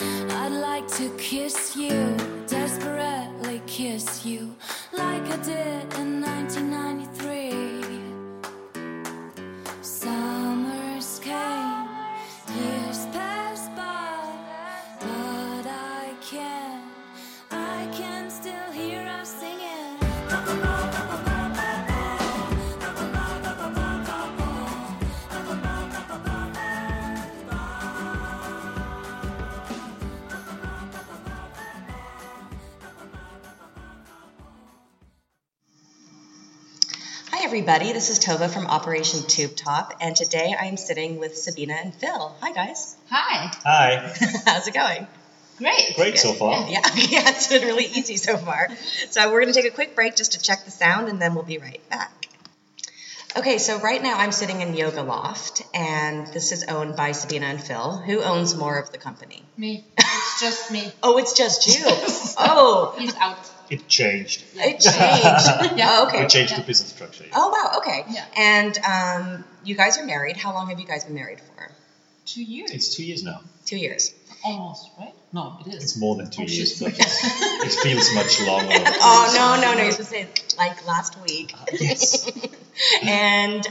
I'd like to kiss you, desperately kiss you, like I did in 1993. Summers came, years passed by, but I can, I can still hear us singing. Hi, everybody. This is Tova from Operation Tube Top, and today I'm sitting with Sabina and Phil. Hi, guys. Hi. Hi. How's it going? Great. Great so far. Yeah, yeah, it's been really easy so far. So we're going to take a quick break just to check the sound, and then we'll be right back. Okay, so right now I'm sitting in Yoga Loft, and this is owned by Sabina and Phil. Who owns more of the company? Me. It's just me. Oh, it's just you. Oh, He's out. It changed. it changed. Yeah. Oh, okay. It changed the Yeah. business structure. Oh, wow. Okay. Yeah. And um, you guys are married. How long have you guys been married for? Two years. It's two years now. Two years. Almost, right? No, it It's is. more than two Oh, years, shit. but it feels much longer. Oh no no no! You're supposed to say like last week. Yes. and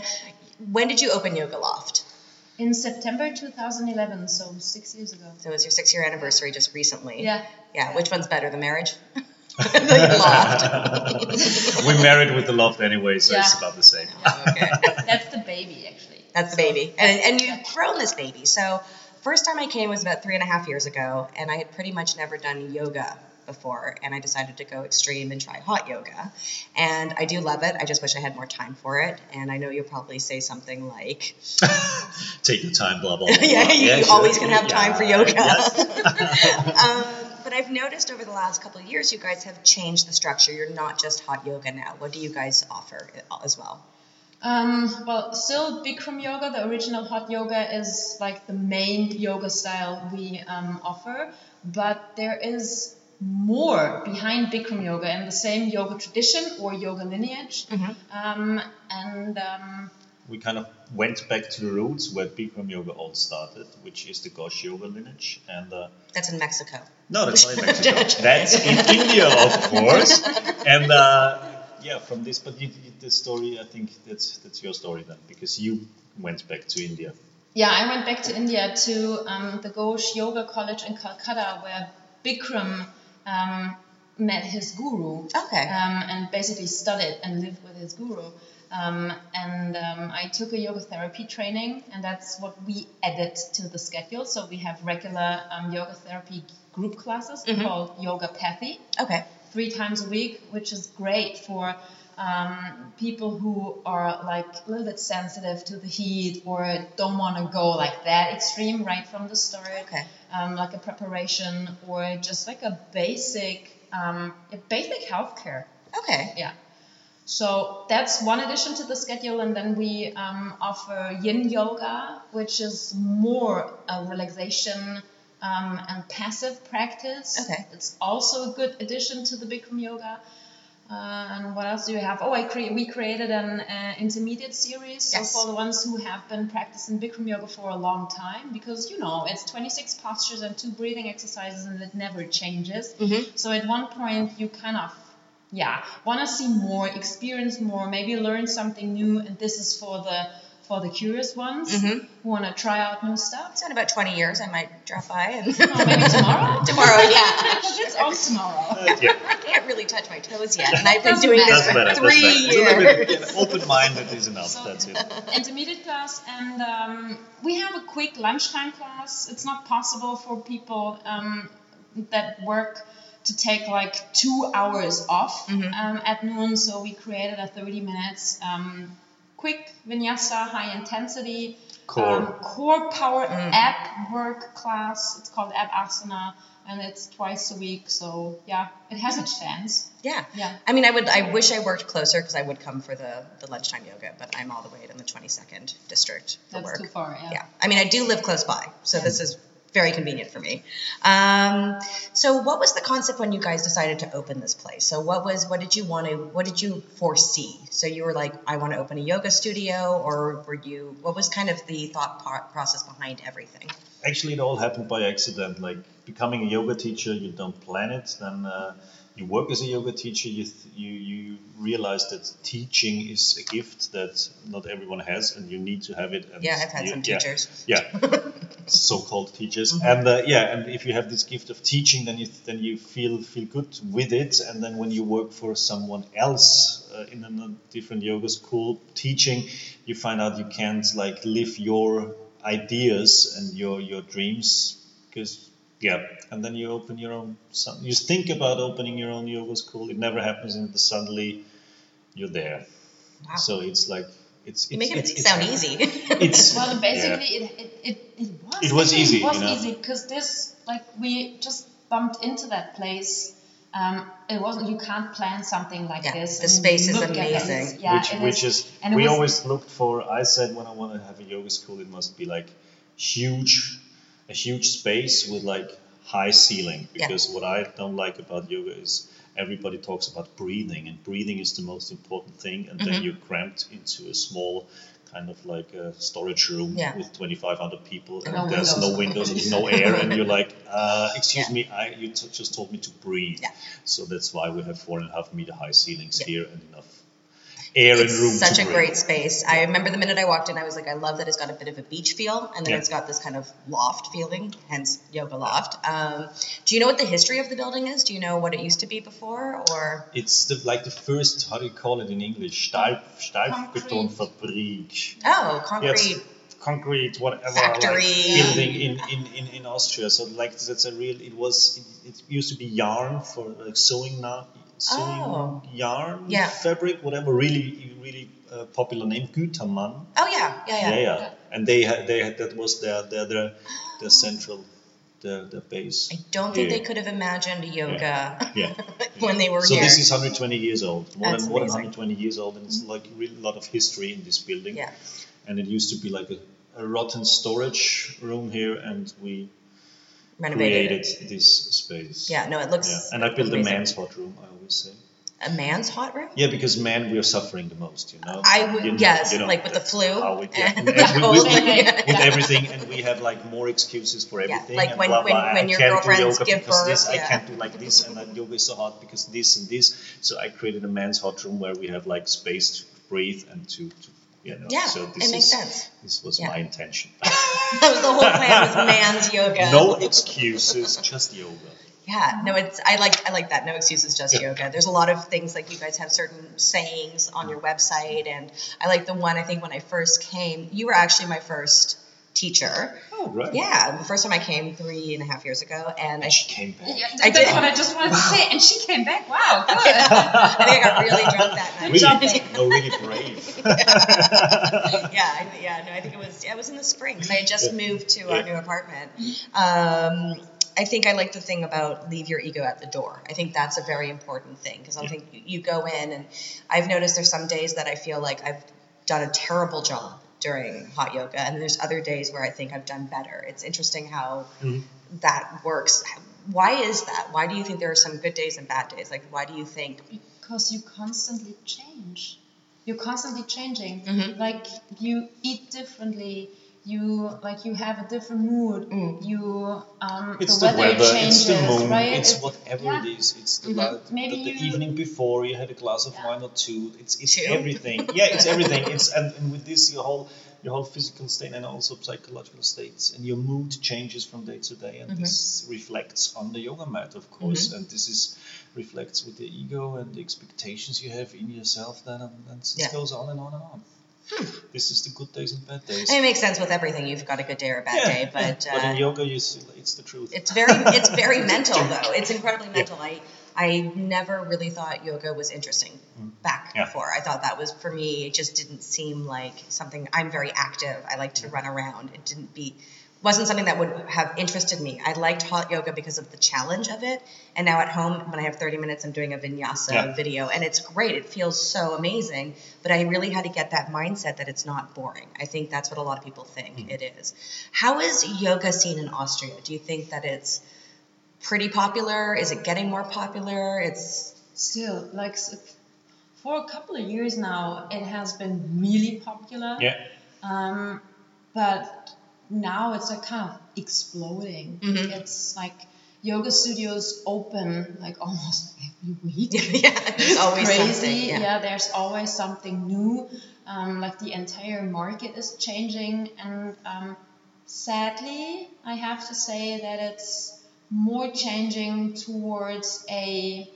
when did you open Yoga Loft? In September 2011, so six years ago. So it was your six year anniversary just recently. Yeah. Yeah. Which one's better, the marriage? the loft. We're married with the loft anyway, so Yeah. it's about the same. Okay. That's the baby, actually. That's the baby, and and you've grown this baby. So first time I came was about three and a half years ago, and I had pretty much never done yoga before, and I decided to go extreme and try hot yoga, and I do love it. I just wish I had more time for it, and I know you'll probably say something like. Take your time, blah blah blah. yeah, blah. you sure. always can have time for Yeah. yoga. Yes. um, but I've noticed over the last couple of years, you guys have changed the structure. You're not just hot yoga now. What do you guys offer as well? Um, well, still Bikram yoga, the original hot yoga, is like the main yoga style we um, offer, but there is more behind Bikram yoga in the same yoga tradition or yoga lineage. Um, and um, We kind of went back to the roots where Bikram yoga all started, which is the Ghosh yoga lineage, and uh, That's in Mexico. No, that's not in Mexico. that's in India, of course. And uh, yeah, from this, but you, you- the story, I think that's that's your story then, because you went back to India. Yeah, I went back to India to um, the Ghosh Yoga College in Calcutta, where Bikram um, met his guru Okay. um, and basically studied and lived with his guru. Um, and um, I took a yoga therapy training, and that's what we added to the schedule. So we have regular um, yoga therapy group classes called Yoga Pathy Okay. three times a week, which is great for um, people who are like a little bit sensitive to the heat or don't want to go like that extreme right from the start, Okay. um, like a preparation or just like a basic, um, a basic healthcare. Okay. Yeah. So that's one addition to the schedule, and then we um, offer Yin Yoga, which is more a relaxation um, and passive practice. Okay. It's also a good addition to the Bikram Yoga. Uh, and what else do you have? Oh, I cre- we created an uh, intermediate series so Yes. for the ones who have been practicing Bikram Yoga for a long time, because you know it's 26 postures and two breathing exercises, and it never changes. Mm-hmm. So at one point you kind of yeah want to see more experience more maybe learn something new and this is for the for the curious ones who want to try out new stuff So in about 20 years, I might drop by and or maybe tomorrow tomorrow. Yeah. it's on tomorrow Uh, yeah, I can't really touch my toes yet, and I've been Doesn't doing this that's matter. for better. three years. Open minded is enough. So- That's it. intermediate class and um, we have a quick lunchtime class it's not possible for people um, that work to take like two hours off um, at noon so we created a 30 minutes um, quick vinyasa high intensity Core. um, core power Hmm. app work class it's called app asana and it's twice a week so yeah it has its fans Yeah. Yeah. I mean, I would. I wish I worked closer because I would come for the, the lunchtime yoga, but I'm all the way in the 22nd district for that's work. too far yeah, yeah. I mean, I do live close by, so this is very convenient for me. Um, so, what was the concept when you guys decided to open this place? So, what was what did you want to what did you foresee? So, you were like, I want to open a yoga studio, or were you? What was kind of the thought pro- process behind everything? actually it all happened by accident. Like becoming a yoga teacher, you don't plan it. Then uh, you work as a yoga teacher. You, th- you you realize that teaching is a gift that not everyone has, and you need to have it. And Yeah, I've had you- some yeah, teachers. Yeah. so-called teachers Mm-hmm. and uh, yeah and if you have this gift of teaching then you then you feel feel good with it and then when you work for someone else uh, in a different yoga school teaching you find out you can't like live your ideas and your your dreams because yeah and then you open your own some- you think about opening your own yoga school it never happens and suddenly you're there Wow. so it's like it's it's you make it it's, it's, sound easy. it's Well, basically, it, it, it, it was. It was actually, easy, It was you know. easy because this, like, we just bumped into that place. Um, it wasn't. You can't plan something like Yeah, this. the and space is look at it. amazing. Yeah, which it which is. is, and it we was- always looked for. I said when I want to have a yoga school, it must be like huge, a huge space with like high ceiling. Yeah. Because what I don't like about yoga is everybody talks about breathing, and breathing is the most important thing. And Mm-hmm. then you're cramped into a small kind of like a storage room Yeah. with 2,500 people, and No there's windows. no windows and no air, and you're like, uh, excuse me, I you t- just told me to breathe. Yeah. So that's why we have four and a half meter high ceilings here and enough air and room It's such to a breathe. great space. I remember the minute I walked in, I was like, I love that it's got a bit of a beach feel, and then Yeah. it's got this kind of loft feeling, hence yoga loft. Um, do you know what the history of the building is? Do you know what it used to be before, or It's the, like the first, how do you call it in English? Stahl, Stahlbetonfabrik. oh, Yes, concrete? concrete, whatever, Factory. like building in, in, in, in Austria. So like that's a real. It was it, it used to be yarn for like sewing now sewing Oh. yarn Yeah. fabric whatever. Really really uh, popular name Gütermann. Oh yeah, yeah, yeah. yeah, And they had they had that was their their their, their central their, their base. I don't think Yeah. they could have imagined yoga Yeah. when they were So here. this is 120 years old, more That's than more than amazing. 120 years old, and it's like really a lot of history in this building. yeah. And it used to be like a, a rotten storage room here, and we Renovated. created this space. Yeah, no, it Yeah. looks And I built a amazing. man's hot room. I always say. a man's hot room. Yeah, because men we are suffering the most, you know. I would You know- yes, you know, like with the that's flu how we- Oh, yeah, and and the we- we- whole we- thing. Oh, Yeah. with everything, and we have like more excuses for everything. like and when- blah, when- blah. when I your can't do girlfriends yoga give because this, birth, I yeah. can't do like this, and that yoga is so hard because this and this. So I created a man's hot room where we have like space to breathe and to, to you know. Yeah, so it this makes is, sense. This was Yeah. my intention. That was the whole plan was man's yoga. no excuses, just yoga. Yeah, no, it's I like I like that. No excuses, just yoga. There's a lot of things like you guys have certain sayings on your website, and I like the one I think when I first came, you were actually my first teacher. Oh right. Yeah, the first time I came three and a half years ago, and I, And she came back. Yeah, I that's did- what I just wanted to say. And she came back. Wow, good. I think I got really drunk that night. Really, no, really brave. yeah, I, yeah, no, I think it was yeah, it was in the spring because I had just moved to our Yeah. new apartment. Um, I think I like the thing about leave your ego at the door. I think that's a very important thing because I think you, you go in and I've noticed there's some days that I feel like I've done a terrible job during hot yoga, and there's other days where I think I've done better. It's interesting how Mm-hmm. that works. Why is that? Why do you think there are some good days and bad days? Like, why do you think? because you constantly change. You're constantly changing. Mhm. Like you eat differently. You like you have a different mood. Mm. You um, It's the, the, weather, weather, changes, it's the moon, right? it's whatever yeah. it is. It's the, Mhm. la- the- Maybe the, you- evening before you had a glass of wine or two. It's it's Two? everything. Yeah, it's everything. It's and, and with this your whole your whole physical state and also psychological states and your mood changes from day to day and this reflects on the yoga mat of course and this is reflects with the ego and the expectations you have in yourself then and, and it Yeah. goes on and on and on. This is the good days and bad days. I mean, it makes sense with everything. You've got a good day or a bad Yeah, day, yeah. but, but uh, in yoga you see, it's the truth. It's very it's very mental though. It's incredibly mental. I I never really thought yoga was interesting back Mm. Yeah. before. I thought that was for me it just didn't seem like something I'm very active. I like Mm. to run around. It didn't be wasn't something that would have interested me. I liked hot yoga because of the challenge of it. And now at home when I have 30 minutes I'm doing a vinyasa Yeah. video and it's great. It feels so amazing, but I really had to get that mindset that it's not boring. I think that's what a lot of people think Mm. it is. How is yoga seen in Austria? Do you think that it's pretty popular? Is it getting more popular? It's Still, like s- for a couple of years now, it has been really popular. yeah. Um, but now it's like kind of exploding. Mhm. It's like yoga studios open like almost every week. yeah, there's always crazy. something. Yeah. Yeah. there's always something new. Um, like the entire market is changing, and um, sadly, I have to say that it's more changing towards a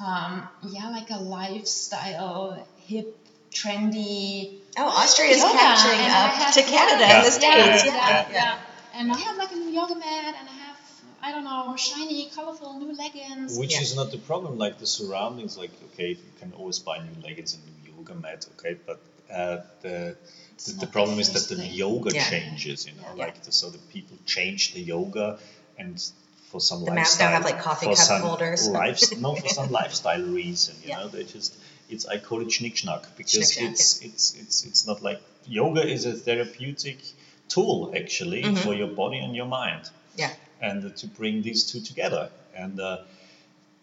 um, yeah, like a lifestyle, hip, trendy. Oh, Austria is yoga. catching And I up have- to Canada and the Yeah. States. Yeah, Yeah, yeah, yeah. And I have like a new yoga mat, and I have I don't know shiny, colorful new leggings. Which Yeah. is not the problem, like the surroundings, like okay, you can always buy new leggings and new yoga mat, okay, but uh, the, the, not the the problem is first that the thing. yoga Yeah. changes, you know, Yeah. like the, so the people change the yoga and for some The mats lifestyle, don't have, like, coffee for cup some holders. lives- no, for some lifestyle reason, you Yeah. know, they just it's I call it schnickschnack because Schnickschnack, it's it's it's it's not like yoga is a therapeutic tool actually Mm-hmm. for your body and your mind yeah. and to bring these two together. And uh,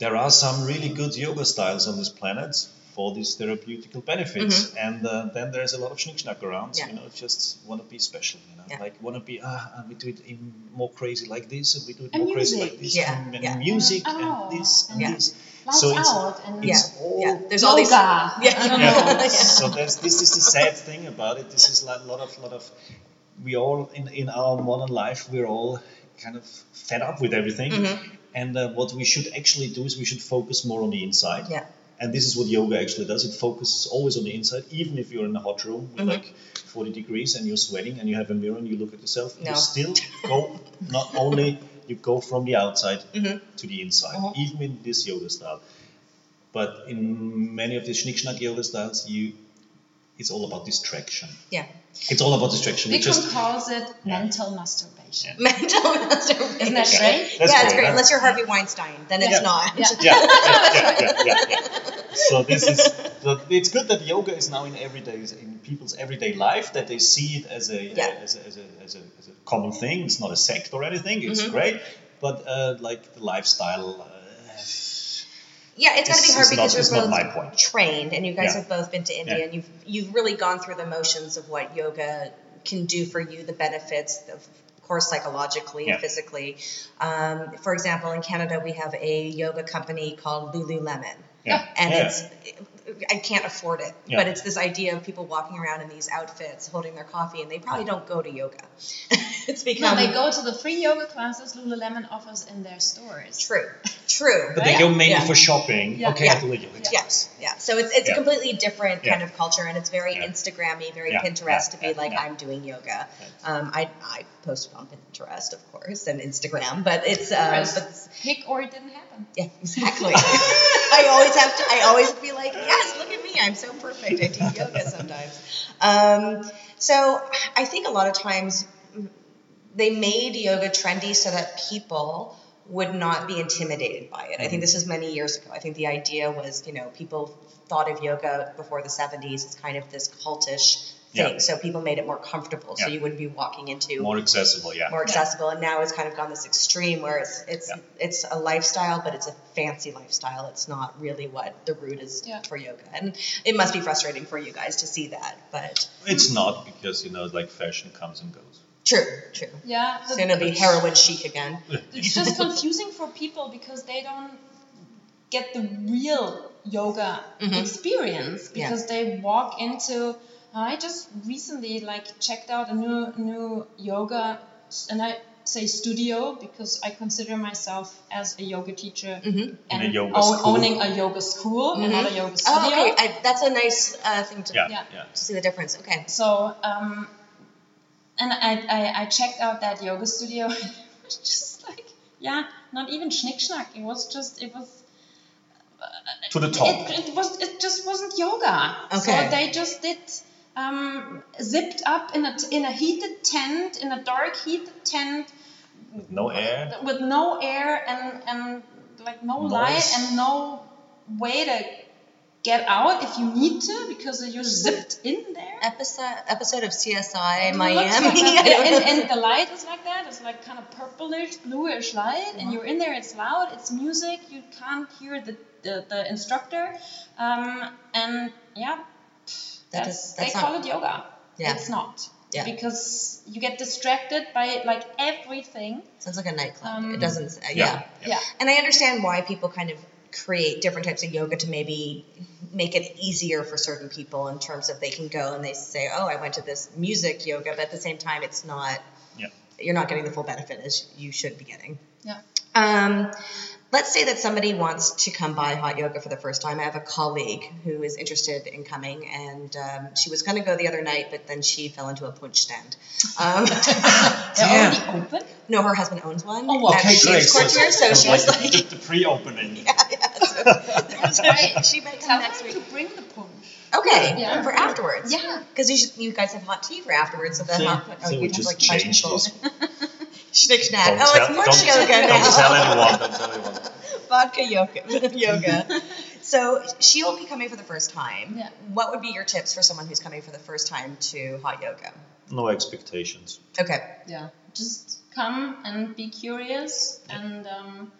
there are some really good yoga styles on this planet for these therapeutical benefits. And uh, then there's a lot of schnickschnack around. Mm-hmm. Yeah. You know, just want to be special. You know, Yeah. like want to be ah, ah, we do it in more crazy like this, and we do it And more crazy music. like this, Yeah, and, and yeah. music Oh, and this and yeah. this. Lights so it's out and Yeah. it's all yeah. There's all yoga. these. I don't yeah. know. So that's, this is the sad thing about it. This is like a lot of lot of we all in, in our modern life we're all kind of fed up with everything. And uh, what we should actually do is we should focus more on the inside. Yeah. And this is what yoga actually does. It focuses always on the inside, even if you're in a hot room with like 40 degrees and you're sweating and you have a mirror and you look at yourself, No. you still go not only you go from the outside Mm-hmm. to the inside, even in this yoga style. But in many of the schnickschnack yoga styles, you it's all about distraction. Yeah. It's all about distraction. We Vikram just calls it mental masturbation. Mental masturbation. Isn't that Yeah. great? That's yeah, it's great, great. huh? Unless you're Harvey Weinstein, then it's Yeah. not. Yeah. yeah, yeah, yeah, yeah, yeah, yeah. So this is so it's good that yoga is now in everyday in people's everyday life that they see it as a, Yeah. as, a, as, a, as, a as a common thing. It's not a sect or anything. It's great, but uh, like the lifestyle. Uh, Yeah, it's gotta It's- be hard it's because not- it's you're not both my point. trained and you guys Yeah. have both been to India Yeah. and you've you've really gone through the motions of what yoga can do for you, the benefits of course psychologically Yeah. and physically. Um, for example, in Canada we have a yoga company called Lululemon. yeah, And yeah. it's I can't afford it, Yeah. but it's this idea of people walking around in these outfits, holding their coffee, and they probably don't go to yoga. it's No, become they go to the free yoga classes Lululemon offers in their stores. true, true. but they Yeah. go mainly Yeah. for shopping. Yeah. Okay, Yeah. I do yoga. Yes, yeah. So it's, it's Yeah. a completely different Yeah. kind of culture, and it's very Yeah. Instagrammy, very Yeah, Pinterest yeah, to be yeah, like yeah. I'm doing yoga. Um, I I posted on Pinterest, of course, and Instagram, but it's um, Pinterest. but Hick or it didn't happen. yeah, exactly. I always have to. I always be like, yes, look at me. I'm so perfect. I do yoga sometimes. Um, so I think a lot of times mm, they made yoga trendy so that people would not be intimidated by it. I think this was many years ago. I think the idea was, you know, people thought of yoga before the 70s as kind of this cultish thing. Yeah. So people made it more comfortable. So Yeah. you wouldn't be walking into More accessible, yeah. more accessible and now it's kind of gone this extreme where it's it's Yeah. it's a lifestyle but it's a fancy lifestyle it's not really what the root is Yeah. for yoga and it must be frustrating for you guys to see that but It's not because you know, like fashion comes and goes. true true Yeah, the- soon it'll be heroin chic again Oh, it's just confusing for people because they don't get the real yoga experience Mm-hmm. Yeah. because they walk into I just recently like checked out a new new yoga s- and I say studio because I consider myself as a yoga teacher and In a yoga own- school. owning a yoga school and not a yoga studio. Mm-hmm. oh okay I, that's a nice uh, thing to, Yeah, yeah. Yeah. to see the difference okay So, um, and I, I, I checked out that yoga studio. it was just like, yeah, not even schnickschnack. It was just, it was, To the top. it, it was, it just wasn't yoga. Okay. So they just did, um, zipped up in a, in a heated tent, in a dark heated tent With no air. with no air and, and like no Noise. light and no way to get out if you need to because you're zipped in there. episode episode of CSI It Miami looks like I that. don't and, know. and, and the light is like that. It's like kind of purplish, bluish light, and you're in there. It's loud. It's music. You can't hear the the, the instructor, um, and yeah, That that's, is- that's they not- call it yoga. Yeah. It's not. Yeah. because you get distracted by like everything. Sounds like a nightclub. Um, it doesn't. Uh, Yeah. yeah. Yeah. Yeah. And I understand why people kind of create different types of yoga to maybe make it easier for certain people in terms of they can go and they say, "Oh, I went to this music yoga," but at the same time, it's not. Yeah. You're not getting the full benefit as you should be getting. Yeah. Um, let's say that somebody wants to come by hot yoga for the first time. I have a colleague who is interested in coming, and um, she was going to go the other night, but then she fell into a punch stand. Um, They're Damn. already open. no, her husband owns one. Oh, well, at Okay, She's great. So, it's- Courtier, so it's she was like like, the, the pre-opening. That's right. she might come Tell next them week. to bring the punch. Okay, Yeah. for afterwards. Yeah. Because you, should- you guys have hot tea for afterwards, so then So- hot, oh, so we you'd have just like punch and changed pull. this. Schnick schnack. Don't Oh, tell, it's don't, much yoga now. don't tell anyone. Don't tell anyone. Vodka yoga. yoga. so she will be coming for the first time. Yeah. What would be your tips for someone who's coming for the first time to hot yoga? No expectations. Okay. Yeah. Just come and be curious and um,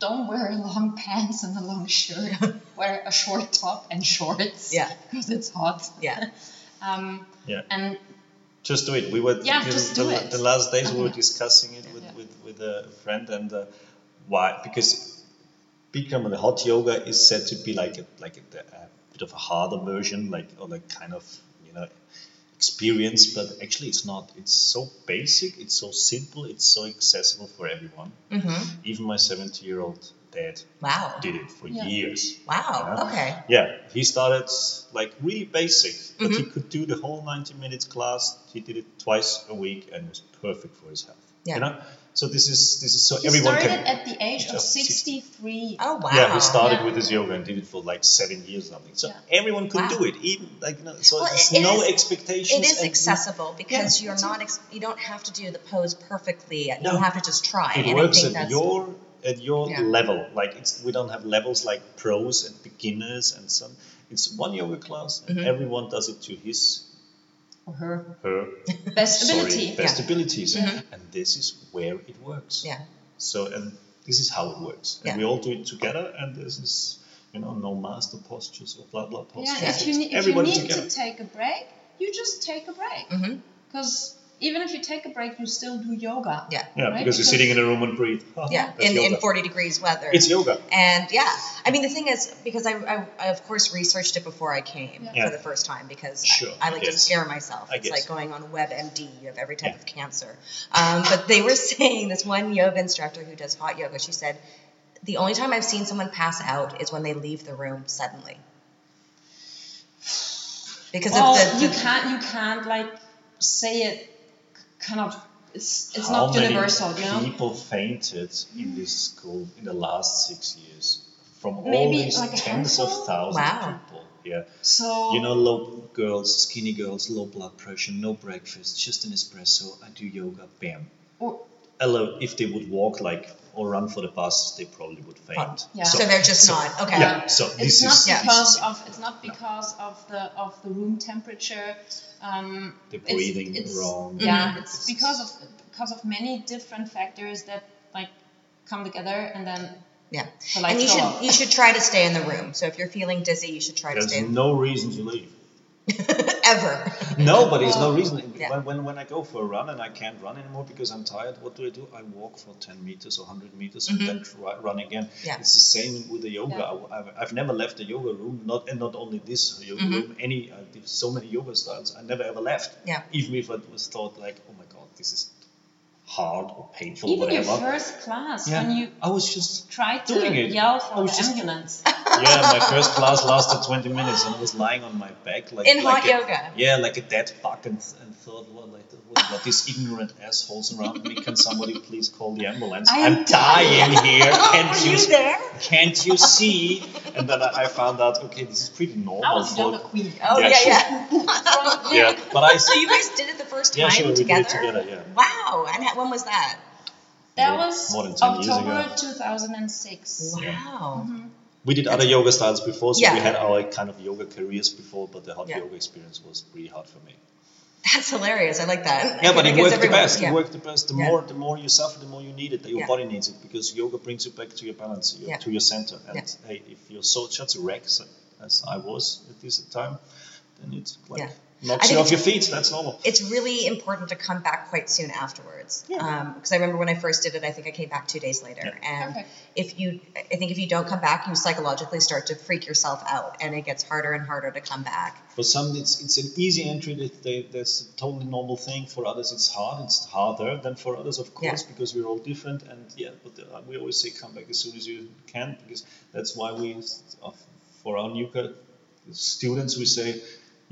don't wear long pants and a long shirt. wear a short top and shorts. Yeah. Because it's hot. Yeah. Um, Yeah. And Just do it. We were Yeah, because just the, do it. the last days we were Yeah. discussing it with, Yeah. with, with a friend and uh, why because Bikram and hot yoga is said to be like a, like a, a bit of a harder version, like or like kind of you know experience, but actually it's not. It's so basic. It's so simple. It's so accessible for everyone. Mm-hmm. Even my seventy-year-old dad Wow. did it for Yeah. years. Wow. Yeah. Oh, Okay. Yeah, he started like really basic, but Mm-hmm. he could do the whole 90 minutes class. He did it twice a week and was perfect for his health. Yeah. You know? So this is this is so he everyone started can at the age of Just 63. Oh, wow. Yeah, he started Yeah. with his yoga and did it for like 7 years or something. So Yeah. everyone could Wow. do it. Even like you know, so Well, there's it no is- expectations. It is and- accessible because Yeah, you're that's not ex- you don't have to do the pose perfectly. No. You have to just try. It and I works think at that's, your at your Yeah. level. Like it's we don't have levels like pros and beginners and some. It's one yoga class and Mhm. everyone does it to his For her her best Sorry, ability. best Yeah. abilities. Mhm. And this is where it works. Yeah. So and this is how it works. And Yeah. we all do it together and this is you know, no master postures or blah blah Yeah, postures. if you, It's ne- if you everybody need together. to take a break, you just take a break. Mhm. Because even if you take a break, you still do yoga. Yeah. yeah, right? because you're Because- sitting in a room and breathe. Yeah, That's in, yoga. in 40 degrees weather. it's yoga. and yeah, I mean, the thing is, because I, I, I of course researched it before I came Yeah. Yeah. for the first time because I- Sure, I, I like to guess. scare myself. I it's guess. like going on WebMD of every type Yeah. of cancer. Um, but they were saying this one yoga instructor who does hot yoga, she said, the only time I've seen someone pass out is when they leave the room suddenly. Because Well, of the, you the- can't you can't like say it kind of it's, it's how not many universal, you know. people fainted in this school in the last six years from all Maybe these like a tens handful? of thousands Wow. of people. Yeah. So You know, low girls, skinny girls, low blood pressure, no breakfast, just an espresso. I do yoga, bam. or- Although, if they would walk like or run for the bus, they probably would faint. Yeah. so they're just so- not, okay. yeah, so it's this not is- yeah. because this of it's not because of the of the room temperature. Um, The it's- breathing it's, wrong. Mm, Yeah, Mhm. it's because of because of many different factors that like come together and then yeah. the lights And you go should, off. you should try to stay in the room. So if you're feeling dizzy, you should try to stay There's in no reason to leave. ever. No, but there's no reason. Yeah. When, when, when I go for a run and I can't run anymore because I'm tired, what do I do? I walk for 10 meters or 100 meters and then try, run again. Yeah. It's the same with the yoga. Mm-hmm. Yeah. I, have I've never left the yoga room, not and not only this yoga Mm-hmm. room, any, I did so many yoga styles, I never ever left. Yeah. Even if I was thought, like, oh my god, this is hard or painful or even your whatever. first class yeah. when you I was just try to Doing it. yell I for was the just- ambulance. yeah, my first class lasted 20 minutes and I was lying on my back like In like hot a, yoga. Yeah, like a dead bug and, and thought, well, like, what, what these ignorant assholes around me? Can somebody please call the ambulance? I am I'm dying here. Can't Were you you there? can't you see? And then I, I found out, okay, this is pretty I normal was for yoga queen. Oh Yeah, yeah, sure. yeah. yeah. But I So you guys did it the first time yeah, sure, we did together? it together. Yeah. Wow! And how- when was that? That More- was more than 10 years October ago. 2006. Wow! We did other yoga styles before, so Yeah. we had our kind of yoga careers before, but the hot Yeah. yoga experience was really hard for me. That's hilarious. I like that. Yeah, but it Because worked the everyone- best. yeah. It worked the best. The Yeah. more the more you suffer, the more you need it. Your Yeah. body needs it because yoga brings you back to your balance, your, Yeah. to your center. And hey, if you're so such a wreck s- as I was at this time, then it's like Yeah. I knocks think you off it's- your feet. That's normal. it's really important to come back quite soon afterwards. Yeah. Because I remember when I first did it, I think I came back two days later. And Perfect. if you, I think if you don't come back, you psychologically start to freak yourself out, and it gets harder and harder to come back. For some, it's it's an easy entry. That they, that's a totally normal thing. For others, it's hard. It's harder than for others, of course, Yeah. because we're all different. And yeah, but uh, we always say come back as soon as you can, because that's why we, uh, for our new cur- students, we say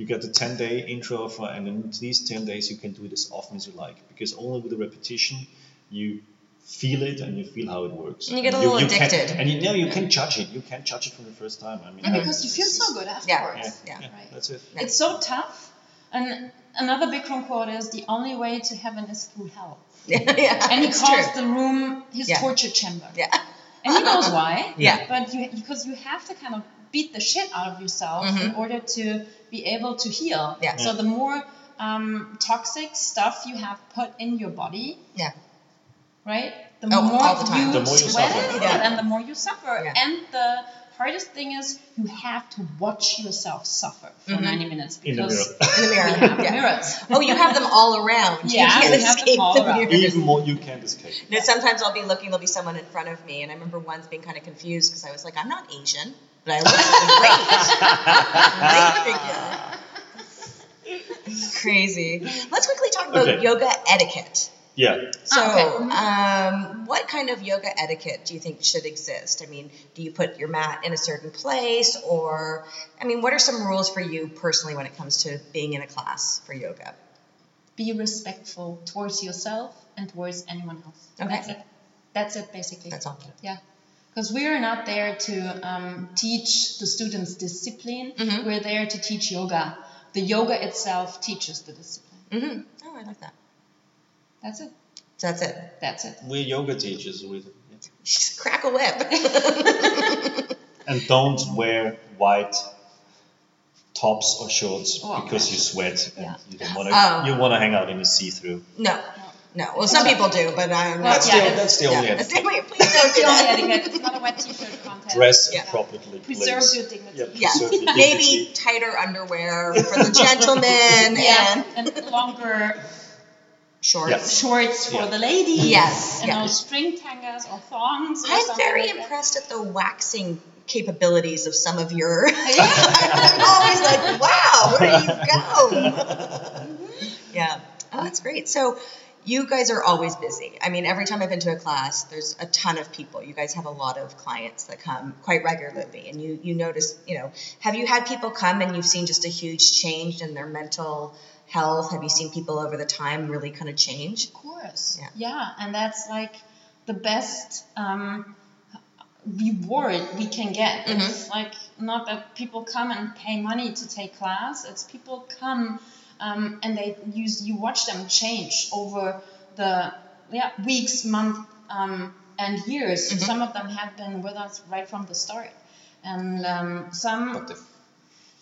you get a 10 day intro offer, and in these 10 days, you can do it as often as you like, because only with the repetition, you feel it and you feel how it works. And you get a And little can- addicted. and you know, you can judge it. You can judge it from the first time. I mean, And I- because you feel it's- so good Yeah, afterwards. yeah, Mm-hmm. Yeah. Right. that's it. Yeah. It's so tough. And another Bikram quote is the only way to heaven is through hell. yeah, And he it's calls true. the room his Yeah. torture chamber. Yeah. And he knows why. Yeah. But you, because you have to kind of beat the shit out of yourself in order to be able to heal. Mm-hmm. Yeah. So the more um, toxic stuff you have put in your body, Yeah. right? The Oh, more all the time. you The more you sweat suffer. it Yeah. and the more you suffer. Yeah. And the hardest thing is you have to watch yourself suffer for 90 minutes In the because mirror. In the mirror. we have Mm-hmm. yeah. mirrors. Oh, you have them all around. Yeah, you can't we have them escape all the around. mirrors. Even more, you can't escape. No, sometimes I'll be looking, there'll be someone in front of me, and I remember once being kind of confused because I was like, I'm not Asian, but I look great. Great figure. Crazy. Let's quickly talk about Okay. yoga etiquette. Yeah. So, Ah, okay. Mm-hmm. um, what kind of yoga etiquette do you think should exist? I mean, do you put your mat in a certain place, or I mean, what are some rules for you personally when it comes to being in a class for yoga? Be respectful towards yourself and towards anyone else. Okay. That's it. That's it, basically. That's all. Yeah. Because we are not there to um, teach the students discipline. Mm-hmm. We're there to teach yoga. The yoga itself teaches the discipline. Mm-hmm. Oh, I like that. That's it. So that's it. That's it. We're yoga teachers. With, Just crack a whip. And don't wear white tops or shorts Oh, because okay. you sweat and Yeah. you don't want to. Oh. You want to hang out in a see-through. No, no. Well, some people do, but I'm Well, not. That's yeah, the it's- that's the Yeah. only That's etiquette. the only- Please don't do The only that. etiquette. It's not a wet t-shirt contest. Dress Yeah. appropriately. Preserve please. your dignity. Yeah, Yeah, preserve your maybe dignity. tighter underwear for the gentlemen Yeah, and and longer shorts. shorts for Yeah. the ladies. Yes, And yeah. no string tangas or thongs. Or I'm something very like that. impressed at the waxing capabilities of some of your. Yeah. I'm always like, wow, where do you go? yeah. Oh, that's great. So. You guys are always busy. I mean, every time I've been to a class, there's a ton of people. You guys have a lot of clients that come quite regularly, and you you notice, you know, have you had people come and you've seen just a huge change in their mental health? Have you seen people over the time really kind of change? Of course. Yeah. and that's like the best um, reward we can get. Mm-hmm. It's like not that people come and pay money to take class. It's people come um, and they use you watch them change over the yeah weeks, month, um, and years. Mm-hmm. Some of them have been with us right from the start, and um, some But the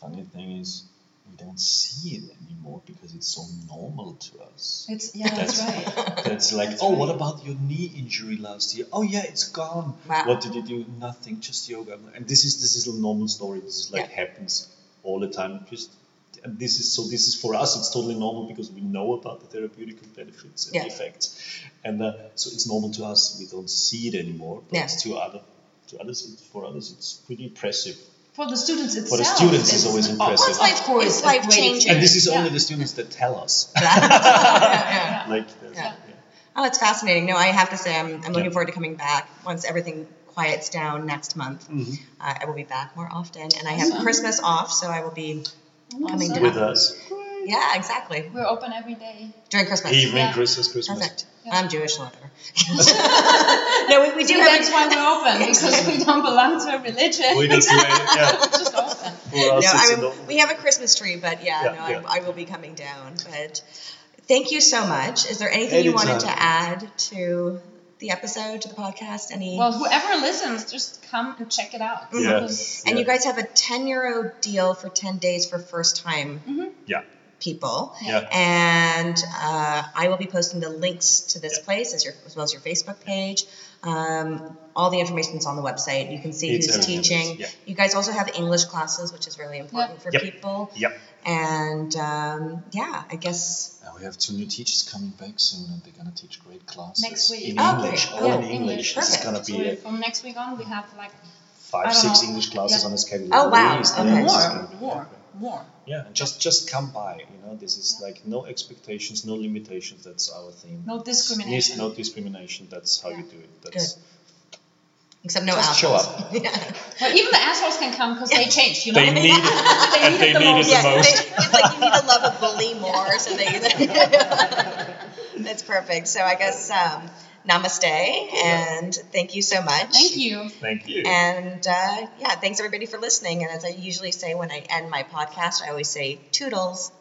funny thing is, we don't see it anymore because it's so normal to us. it's yeah that's right. That's like, oh, what about your knee injury last year? Oh yeah, it's gone. Wow. What did you do? Nothing, just yoga. And this is this is a normal story. This is like Yeah. happens all the time. Just and this is so this is for us. It's totally normal because we know about the therapeutic benefits and Yeah. effects, and uh, so it's normal to us. We don't see it anymore. But Yeah. it's to other to others, it's, for others, it's pretty impressive. For the students itself. For the students, it's it's always impressive. It's life, course, it's life great. changing. and this is Yeah. only the students that tell us. like, there's- Yeah. yeah. Oh, it's fascinating. No, I have to say, I'm, I'm looking Yeah. forward to coming back once everything quiets down next month. Mm. Mm-hmm. Uh, I will be back more often, and I have Christmas off, so I will be. coming Awesome. down. with us. Yeah, exactly. We're open every day. During Christmas. Evening, Yeah. Christmas, Christmas. Perfect. Yeah. I'm Jewish, whatever. no, we, we do Yeah, have. that's why we're open because we don't belong to a religion. We just do it, yeah. It's just open. For No, us, it's I a normal- mean, we have a Christmas tree, but yeah, Yeah, no, I, yeah. I will be coming down. But thank you so much. Is there anything you wanted to Anytime. add to the episode, to the podcast? Any? Well, whoever listens, just come and check it out. Yeah. Because and yeah. you guys have a 10 euro deal for 10 days for first time Yeah. people. Yeah. And uh, I will be posting the links to this Yeah. place as, your, as well as your Facebook page. Um, all the information is on the website. You can see It's who's everything is, teaching. yeah. You guys also have English classes, which is really important for Yep. people. Yep. And um, yeah, I guess And Uh, we have two new teachers coming back soon, and they're gonna teach great classes Next week. in Oh, English, great. all in Yeah, English. This is Perfect. gonna So be from next week on, we have like I five, don't six know. English classes Yeah. on the schedule. Oh, at wow. least, Okay. yeah, this is more, gonna be- more, more. Yeah, and just just come by. You know, this is like no expectations, no limitations. That's our theme. No Yes, discrimination. no discrimination. That's how you do it. That's except no just show apples. up. Well, even the assholes can come because they changed, you know. They need it, and they the need it most. the Yeah, most. they- it's like you need to love a bully more, so they. That's perfect. So I guess um, namaste, and thank you so much. Thank you. Thank you. And uh, yeah, thanks everybody for listening. And as I usually say when I end my podcast, I always say toodles.